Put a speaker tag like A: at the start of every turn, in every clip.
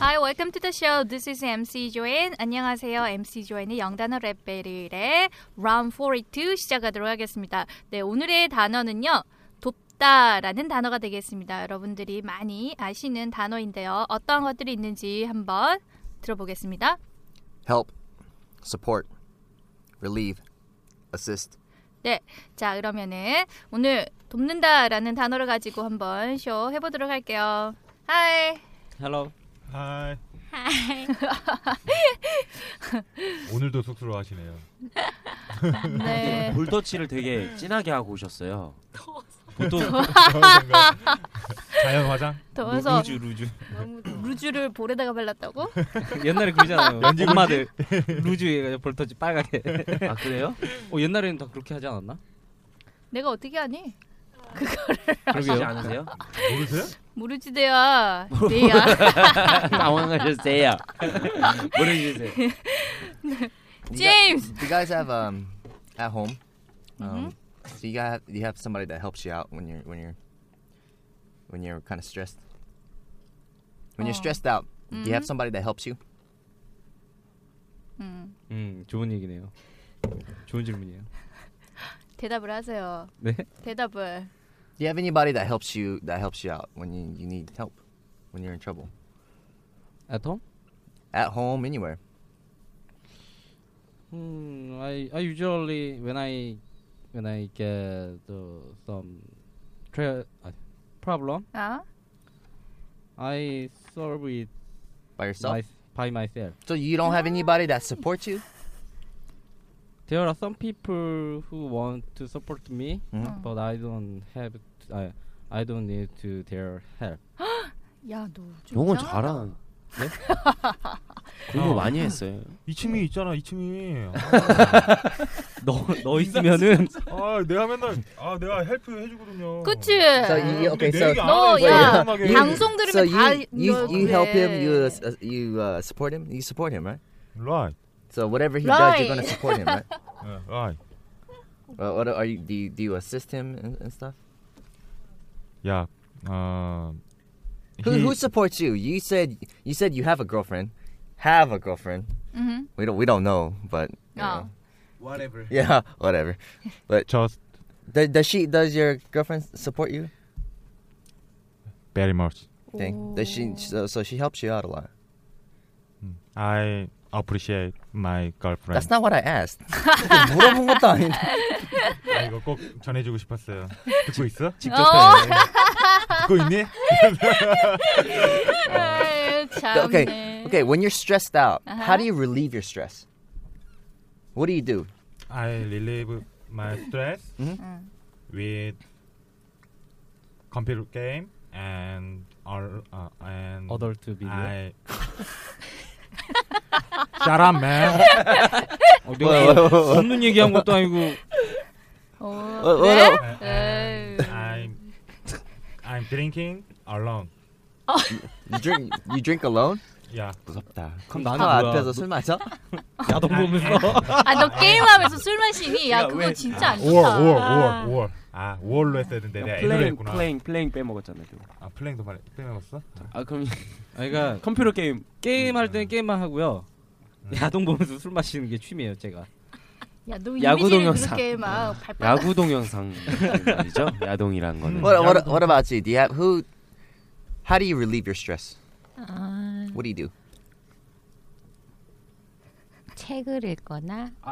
A: Hi, welcome to the show. This is MC Joanne. 안녕하세요. MC 조앤의 영단어 랩 배틀의 Round 42 시작하도록 하겠습니다. 네, 오늘의 단어는요. 돕다라는 단어가 되겠습니다. 여러분들이 많이 아시는 단어인데요. 어떠한 것들이 있는지 한번 들어보겠습니다.
B: help, support, relieve, assist.
A: 네, 자 그러면은 오늘 돕는다라는 단어를 가지고 한번 쇼 해보도록 할게요. Hi.
C: Hello.
D: 하이. 오늘도 쑥스러워하시네요.
E: 뭐,
A: 네.
C: 볼터치를 되게 진하게 하고 오셨어요. 보통
D: 자연 화장?
A: 더워서
E: 루즈 루즈.
A: 루즈를 볼에다가 발랐다고?
F: 옛날에 그러잖아요. 엄마들 루즈 해가지고 볼터치 빨갛게.
C: 아 그래요?
F: 어 옛날에는 다 그렇게 하지 않았나?
A: 내가 어떻게 하니?
C: 하시지 않으세요?
D: 모르세요?
A: 모르지 대야. 대야.
C: 당황하셨어요. 모르시세요?
A: 제임스.
B: Do you guys have um at home?
A: Mm-hmm.
B: Um, so you guys have, you have somebody that helps you out when you're when you're when you're kind of stressed. When you're
A: Oh.
B: stressed out, do you have somebody that helps you?
A: 음,
F: 음 좋은 얘기네요. 좋은 질문이에요.
A: 대답을 하세요.
F: 네.
A: 대답을.
B: Do you have anybody that helps you that helps you out when you, you need help when you're in trouble
F: At home?
B: at home anywhere?
F: Hmm, I I usually when I when I get uh, some tra- uh, problem,
A: 아?
F: I solve it
B: By yourself?
F: my, by myself.
B: So you don't have anybody that supports you?
F: There are some people who want to support me,
B: Mhm.
F: but I don't have t- I I don't need to their help.
A: 야, 너. 좀
C: 영어
A: 이상하다.
C: 잘한. 네? 공부 많이 했어요.
D: 이침이 있잖아, 이침이.
E: 어,
F: 너 너 있으면은
D: 아, 내가 맨날 아, 내가 헬프 해주거든요.
A: 그치. 음.
B: So you, okay, so
A: 너, 야,
B: You-
A: Oh. 방송 들으면
B: so
A: 다
B: you you, you help him, you
A: 이러는데.
B: uh, you uh, support him, you support him, right?
D: right,
B: So whatever he does, you're gonna support him, right?
D: 예, right.
B: Well, what are you? Do you, do you assist him and, and stuff?
D: 야, 어,
C: 그,
B: Who
D: he-
B: who supports you? You said you said you have a girlfriend. Have a girlfriend.
A: 음.
B: We don't we don't know, but you
A: 어.
B: know. yeah, whatever.
D: just
B: Does, does she does your girlfriend support you?
D: very much.
B: Thing does she? So, so she helps you out a lot.
D: 음, I appreciate my girlfriend.
B: That's not what I asked. 물어본 것도 아닌데.
D: 아, 이거 꼭 전해주고 싶었어요. 듣고 있어?
A: 직접
D: 듣고 있니?
A: 아유, 참네.
B: Okay, okay. When you're stressed out, how do you relieve your stress? What do you do?
D: I relieve my stress with computer game and or uh, and
F: adult video.
D: I Shut up, man.
F: 어, 내가 없는 얘기한 것도 아니고
A: 어,
B: 어,
A: 그래?
B: 어,
A: 에이.
D: And I'm I'm drinking alone.
B: You drink. You drink alone.
D: Yeah.
B: 무섭다.
F: 그럼
B: 컴퓨터
F: 나는 뭐야?
B: 앞에서 술 마셔?
F: 야동 보면서
A: 아, 너 게임하면서 술 마시니? 야, 그거 진짜 안
D: War,
A: 좋다.
D: war, war, war. 아, war로 했어야 되는데 내가 애를
C: 플레잉
D: 했구나.
C: 플레잉 플레잉 빼먹었잖아요. 그거.
D: 아, 플랭도 말 빼먹었어?
C: 아 그럼
F: 아 그러니까
C: 컴퓨터 게임
F: 게임 할 때는 게임만 하고요. 야동 보면서 술 마시는 게 취미예요, 제가.
A: 야, 너
C: 야구
A: 이미지를
C: 동영상.
A: 그렇게 막 발빠르
C: 야구 동영상 말이죠. 야동이란 거는
D: Hmm,
B: What, what, what about you? Do you have who? How do you relieve your stress?
G: 아,
B: What do you do?
G: 책을 읽거나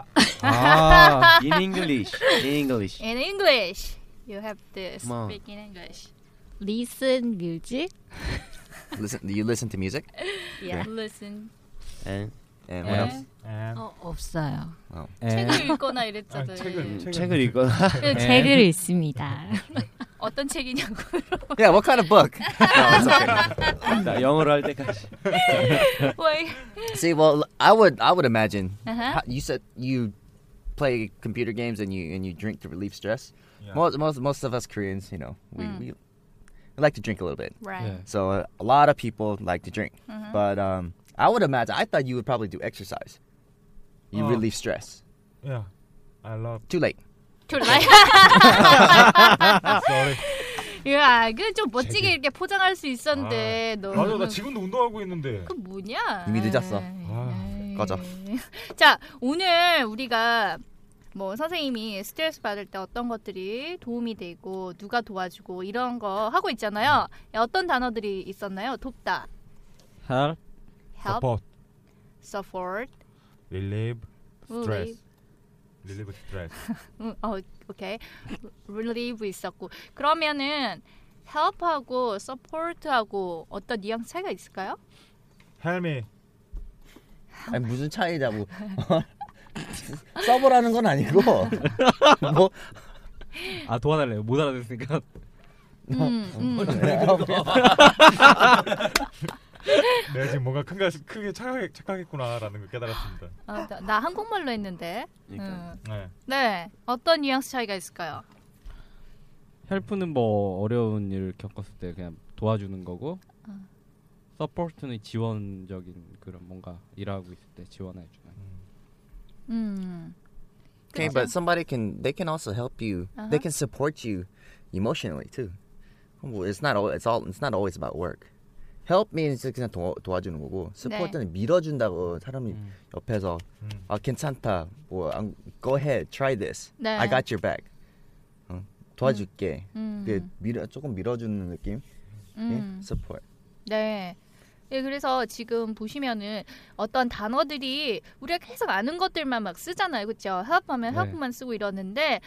C: 아, in English. In English.
A: In English, you have to
C: 고마워.
A: speak in English.
G: listen music.
B: Listen. Do you listen to music?
A: Yeah, listen.
C: And
B: And
C: 네.
B: what else?
D: 에.
G: 어, 없어요.
F: 네.
A: 책을 읽거나 이랬잖아요. 네.
D: 아, 책을
C: 책을 읽거나
G: 책을 읽습니다.
A: 어떤 책이냐고.
B: Yeah. What kind of book?
F: 네.
C: 나 영어로 할 때까지.
A: Why?
B: See, well, I would, I would imagine.
A: Uh-huh.
B: How- you said you play computer games and you and you drink to relieve stress.
D: Yeah.
B: Most, most, most of us Koreans, you know, we,
A: Mm.
B: we, we like to drink a little bit.
D: 네.
F: 네.
A: Right.
B: So uh, a lot of people like to drink, but um, I would imagine. I thought you would probably do exercise. You
D: Oh.
B: relieve stress.
D: Yeah. I love.
B: Too late.
A: To like.
D: Sorry.
A: 야, 이거 좀 멋지게 이렇게 포장할 수 있었는데 너.
D: 맞아 나 지금도 운동하고 있는데.
A: 그 뭐냐?
B: 이미 늦었어.
D: 아,
A: 에이.
B: 꺼져.
A: 자, 오늘 우리가 뭐 선생님이 스트레스 받을 때 어떤 것들이 도움이 되고 누가 도와주고 이런 거 하고 있잖아요. 어떤 단어들이 있었나요? 돕다,
F: 할
A: help, support,
D: Support. Relieve.
A: relieve.
D: Stress. Relieve stress.
A: 음, 어, 오케이. relieve 있었고. 그러면은 help하고 support하고 어떤 뉘앙스 차이가 있을까요?
D: Help me.
B: 아니 무슨 차이냐고. 뭐. 서버라는 건 아니고 뭐
F: 아 도와달래요. 못 알아듣으니까.
A: 음, 음.
B: 뭐.
D: 내가 지금 뭔가 큰가 크게 착각, 착각했구나라는 걸 깨달았습니다.
A: 아, 나, 나 한국말로 했는데.
C: 그러니까.
A: 음.
D: 네.
A: 네, 어떤 뉘앙스 차이가 있을까요?
F: 헬프는 뭐 어려운 일을 겪었을 때 그냥 도와주는 거고
A: 아.
F: 서포트는 지원적인 그런 뭔가 일하고 있을 때 지원해 주는.
A: 음, 그렇죠?
B: Okay, but somebody can they can also help you. They can support you emotionally too. Well, it's not all it's all it's not always about work. Help means 그냥 도, 도와주는 거고 support는 밀어준다고 사람이 옆에서
D: 음.
B: 아 괜찮다 뭐 안- go ahead try this
A: 네.
B: I got your back 어, 도와줄게
A: 음,
B: 그 밀어 조금 밀어주는 느낌 예?
A: 음.
B: support
A: 네. 예, 그래서 지금 보시면은 어떤 단어들이 우리가 계속 아는 것들만 막 쓰잖아요, 그렇죠? help하면
F: 네.
A: help만 쓰고 이러는데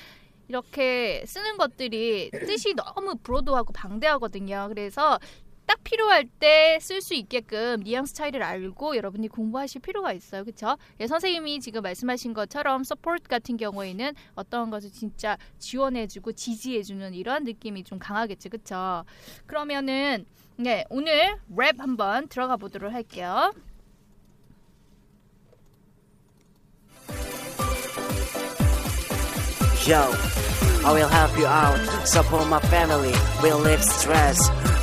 A: 이렇게 쓰는 것들이 뜻이 너무 브로드하고 방대하거든요. 그래서 딱 필요할 때 쓸 수 있게끔 뉘앙스 차이를 알고 여러분이 공부하실 필요가 있어요. 그렇죠? 예, 선생님이 지금 말씀하신 것처럼 서포트 같은 경우에는 어떤 것을 진짜 지원해 주고 지지해 주는 이런 느낌이 좀 강하겠죠. 그렇죠? 그러면은 네, 오늘 랩 한번 들어가 보도록 할게요.
H: Yo, I will help you out, support my family, relieve stress,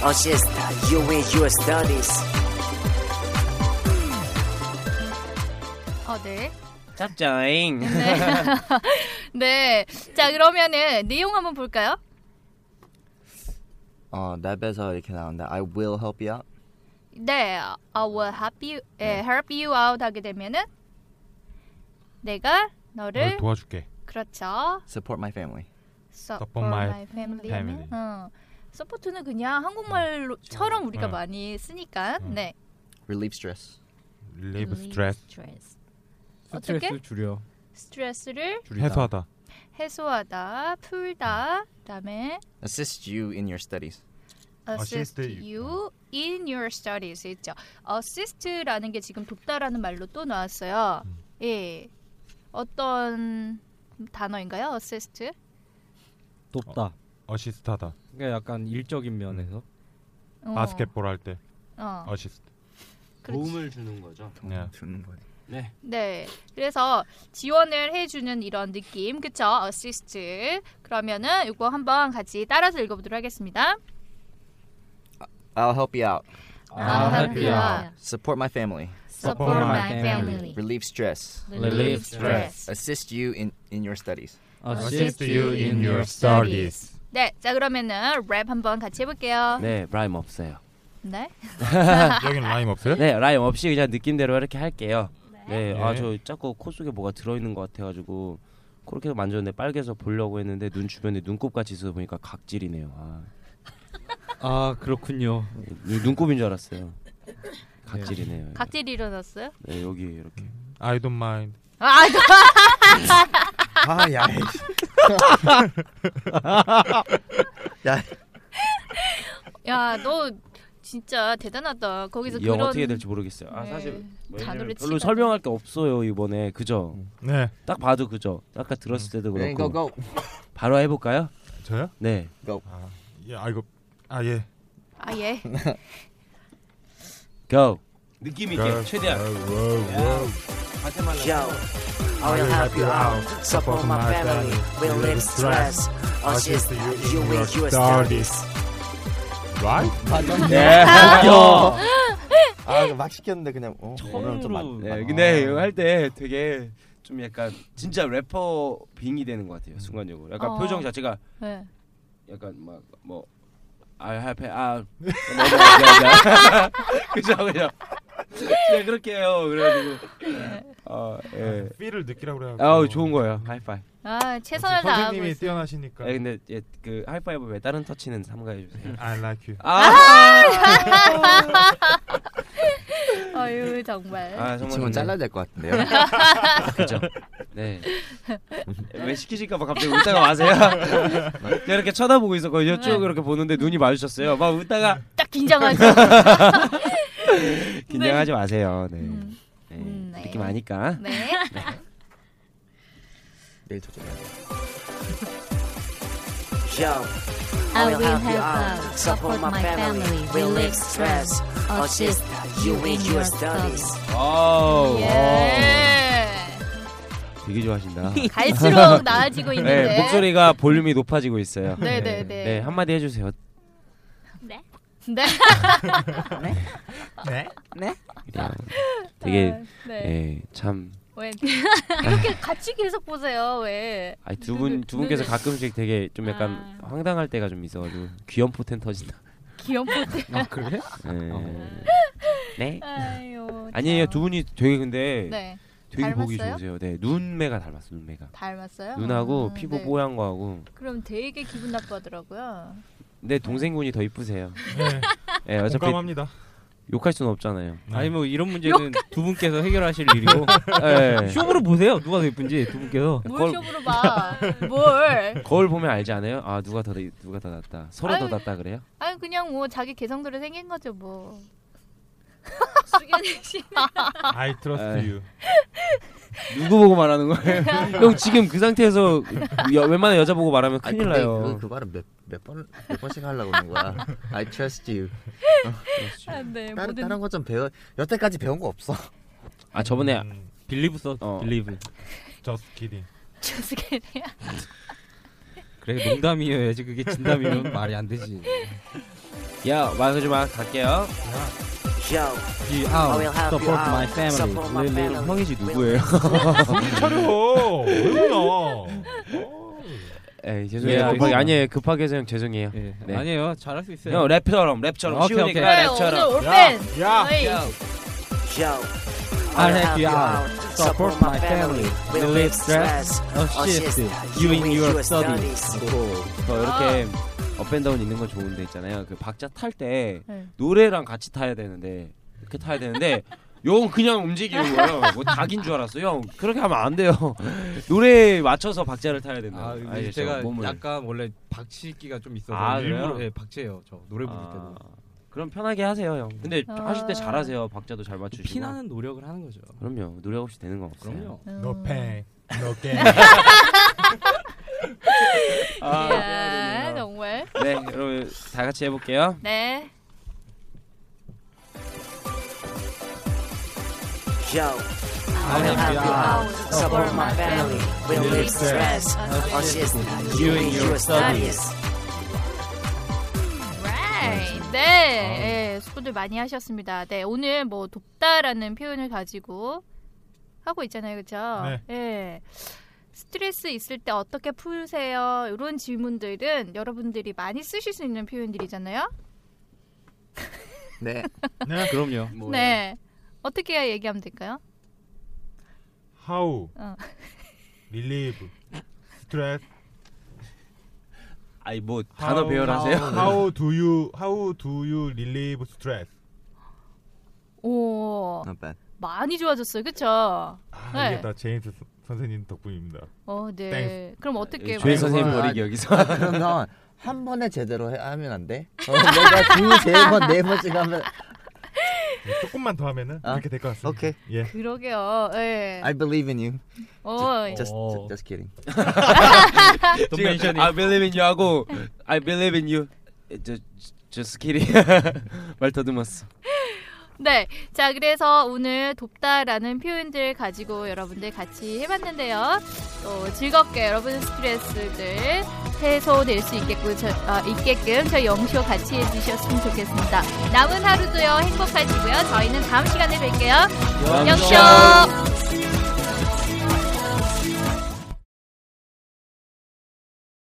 H: assist you in your studies.
A: 어, 네.
C: 짭짜잉.
A: 네. 자, 그러면은 내용 한번 볼까요?
B: 어 랩에서 이렇게 나온다 I will help you out
A: 네. I will help you,
D: 네.
A: 예, help you out 하게 되면은 내가
D: 널
A: 너를
D: 네, 도와줄게.
A: 그렇죠.
B: support my family
A: support
D: my
A: my family.
D: family.
A: 어. 서포트는 그냥 한국말로처럼 우리가
D: 응.
A: 많이 쓰니까.
D: 응.
A: 네.
B: relieve stress
D: Relieve
G: Relieve
D: stress.
G: stress.
A: 어떻게?
F: 스트레스를 줄여.
A: 스트레스를
F: 줄이다.
D: 해소하다.
A: 해소하다, 풀다. 그다음에
B: assist you in your studies
A: assist
D: Assist
A: you in your studies 있죠. assist라는 게 지금 돕다라는 말로 또 나왔어요. 예. 어떤 단어인가요? assist.
F: 돕다.
D: 어시스트하다.
F: 그러니까 약간 일적인 면에서
A: 어.
D: 바스켓볼 할 때
A: 어.
D: 어시스트.
A: 그렇지.
C: 도움을 주는 거죠.
D: 네.
B: 주는 거예요
C: 네.
A: 네. 그래서 지원을 해 주는 이런 느낌. 그쵸 assist. 그러면은 이거 한번 같이 따라서 읽어 보도록 하겠습니다.
B: I'll help you out
A: 아,
F: I'll help you
A: out.
B: Support my family.
A: Support my family.
G: family.
B: Relieve stress.
F: Relieve
A: stress.
B: Assist you in, in your studies.
F: assist
G: you in your
D: studies.
A: 네. 자, 그러면은 랩 한번 같이 해 볼게요.
C: 네, 라임 없어요.
A: 네.
D: 여기는 라임 없어요?
C: 네, 라임 없이 그냥 느낌대로 이렇게 할게요. 네,
D: 네.
C: 아 저 자꾸 코 속에 뭐가 들어 있는 것 같아 가지고 그렇게 만졌는데 빨개서 보려고 했는데 눈 주변에 눈곱 같이 있어 보니까 각질이네요. 아,
F: 아 그렇군요.
C: 눈- 눈곱인 줄 알았어요. 각질이네요.
A: 각질 일어났어요?
C: 네, 여기 이렇게.
D: I don't mind.
A: 아, 이거
B: 아, 야. 야,
A: 야, 너 진짜 대단하다. 거기서
C: 이 영어
A: 그런
C: 어떻게 될지 모르겠어요. 아,
A: 네.
C: 사실
A: 단어를
C: 왜냐면
A: 치다가.
C: 별로 설명할 게 없어요, 이번에. 그죠?
D: 네.
C: 딱 봐도 그죠? 아까 들었을 때도
B: 네, go
C: 그렇고.
B: go.
C: 바로 해 볼까요?
D: 저요?
C: 네.
D: 아, 예, 아 이거 아 예.
A: 아, 예.
C: go. 느낌
D: 아, 아, 와, 와.
H: Yo, I will help you out. Support my family. We live stress. Or just you with your studies.
D: Right?
C: 네. 요.
B: 아, 이거 막 시켰는데 그냥 어, 오늘은 좀
F: 처음으로.
B: 막,
C: 네. 근데 이거 할 때 되게 좀 약간 진짜 래퍼 빙이 되는 것 같아요. 순간적으로. 약간
A: 어.
C: 표정 자체가
A: 네.
C: 약간 막뭐 아. I have a 아 뭐, 그죠 그죠 네, 그냥 그렇게 해요 그래가지고 어예
D: 삐를 느끼라고 그래요.
C: 아우 좋은 거예요 하이파이
A: 아, 최선을 다하고
D: 선생님이
A: 있어.
D: 뛰어나시니까.
F: 네.
C: 예 근데 예, 그 하이파이브 왜 다른 터치는 삼가해 주세요
D: I like you.
A: 아유, 정말.
C: 아
B: 이
C: 정말
B: 친구는 잘라야 될 것 같은데요.
C: 그죠 네왜 시키실까봐 갑자기 웃다가 와세요 제가 이렇게 쳐다보고 있었거든요 쭉 이렇게 보는데 눈이 마주쳤어요 막 웃다가
A: 딱 긴장하죠.
C: 긴장하지 마세요 네, 네.
A: 음, 네.
C: 느낌 아니까
A: 네.
B: 내일 저쪽.
H: Yo, I will help you out. Support my family. We live stress. Or just you with your studies.
C: 와우
A: 예.
C: 되게 좋아하신다.
A: 갈수록 나아지고 있는데.
C: 네, 목소리가 볼륨이 높아지고 있어요.
A: 네, 네,
C: 네,
A: 네.
C: 한마디 해주세요.
A: 네.
D: 네.
C: 야, 되게
A: 네.
C: 예, 참.
A: 왜 이렇게 같이 계속 보세요. 왜?
C: 아니, 두 분, 두 분께서 가끔씩 되게 좀 약간
A: 아.
C: 황당할 때가 좀 있어가지고 귀염 포텐 터진다.
A: 귀염뽀 때.
F: 아 그래?
A: 어.
C: 네. 네.
A: 아유.
C: 아니에요,
A: 참.
C: 두 분이 되게 근데
A: 네.
C: 되게 보기
A: 닮았어요?
C: 좋으세요. 네, 눈매가 닮았어, 눈매가.
A: 닮았어요?
C: 눈하고
A: 아,
C: 피부
A: 네.
C: 뽀얀 거하고.
A: 그럼 되게 기분 나빠하더라고요.
C: 근데 동생분이 더 이쁘세요.
D: 네.
C: 예, 어차피
D: 공감합니다.
C: 욕할 수는 없잖아요.
F: 아니 뭐 이런 문제는 두 분께서 해결하실 일이고
C: 예.
F: 쇼으로 보세요. 누가 더 예쁜지 두 분께서.
A: 뭘
C: 네, 걸-
A: 쇼부로 봐. 뭘.
C: 거울 보면 알지 않아요? 아 누가 더 나- 누가 더 낫다. 서로
A: 아유.
C: 더 낫다 그래요?
A: 아니 그냥 뭐 자기 개성대로 생긴 거죠 뭐.
D: I trust
C: 아.
D: you.
C: 누구 보고 말하는 거예요? 형 지금 그 상태에서 여, 웬만한 여자 보고 말하면
B: 아니,
C: 큰일
B: 근데
C: 나요.
B: 그, 그 말은 몇몇번몇 번씩 하려고 하는 거야. I trust you.
A: 네.
B: 다른
A: 모든
B: 다른 거 좀 배워. 여태까지 배운 거 없어.
C: 아 저번에
D: 음,
F: 빌리브 써.
C: 어.
F: 빌리브.
D: just kidding.
A: 주스케리야.
F: 그래 농담이어야지 그게 진담이면 말이 안 되지.
C: 야 마지막 갈게요.
H: Yo,
F: 이
H: I
F: 아우
H: will help you
F: support my
H: out. Support my
F: family. 네, 릴리
H: family.
C: 형이지 누구예요?
D: 차려. 왜 그러나.
C: 에 죄송해요.
F: 예,
C: 아,
F: 알겠습니다.
C: 아니에요. 급하게 해서 형 죄송해요.
F: 예.
C: 네.
F: 아니에요. 잘할 수 있어요.
C: 형 랩처럼 랩처럼
F: 오케이,
C: 쉬우니까
F: 오케이.
A: 오늘
C: 랩처럼.
A: 올팬.
D: 야,
A: 저희
H: yo.
F: I'll help you out. Support my family.
H: We live stress.
F: 어,
H: Assist
F: shit.
H: you in your studies.
C: 더 어, 이렇게 업앤다운 있는 거 좋은데 있잖아요. 그 박자 탈 때
A: 아. 네.
C: 노래랑 같이 타야 되는데 이렇게 타야 되는데 형 그냥 움직이는 거예요. 뭐 닭인 줄 알았어요. 형 그렇게 하면 안 돼요. 노래에 맞춰서 박자를 타야 된다.
F: 아, 근데 제가 약간 원래 박치기가 좀 있어서
C: 아,
F: 일부러
C: 그래요?
F: 예, 박치예요. 아, 저 노래 부를 때도.
C: 아, 그럼 편하게 하세요, 형. 근데
A: 아.
C: 하실 때 잘하세요. 박자도 잘 맞추시고.
F: 피나는 노력을 하는 거죠.
C: 그럼요. 노력 없이 되는 거 없어요.
F: 그럼요.
D: No pain, no gain.
C: 아,
A: 야, 정말.
C: 네, 여러분 다 같이 해볼게요.
A: 네.
H: Yo, I will help you out. Support my family. We live stress. Assist you in your studies.
A: Right. 네. 예, 수고들 많이 하셨습니다. 네, 오늘 뭐 돕다라는 표현을 가지고 하고 있잖아요, 그렇죠? 예. 스트레스 있을 때 어떻게 푸세요? 이런 질문들은 여러분들이 많이 쓰실 수 있는 표현들이잖아요.
B: 네.
D: 네.
F: 그럼요.
A: 네. 어떻게 얘기하면 될까요?
D: How?
A: 어.
D: Relieve. Stress.
C: 아이 뭐
D: How-
C: 단어 배열하세요. 네.
D: How do you How do you relieve stress?
B: Not bad.
A: 어, 많이 좋아졌어요. 그쵸?
D: 아,
A: 네.
D: 이게 다 제임스 선- 선생님 덕분입니다.
A: 어, 네.
D: Thanks.
A: 그럼 어떻게
C: 주의
A: 말-
C: 선생님
B: 아,
C: 버리기 여기서.
B: 아, 그럼 너한 번에 제대로 해, 하면 안 돼? 어, 내가 두세 번, 네 번씩 하면
D: 조금만 더 하면은
B: 아,
D: 그렇게 될 것 같습니다.
B: 오케이.
D: 예.
A: 그러게요. 예.
B: I believe in you.
A: 어,
B: Just,
F: 오.
B: just kidding.
C: 지금 I believe in you 하고 I believe in you. 저 just kidding. 말 더듬었어.
A: 네. 자, 그래서 오늘 돕다라는 표현들 가지고 여러분들 같이 해봤는데요. 또 즐겁게 여러분 스트레스들 해소될 수 있겠고, 저, 아, 있게끔 저희 영쇼 같이 해주셨으면 좋겠습니다. 남은 하루도요, 행복하시고요. 저희는 다음 시간에 뵐게요. 영쇼!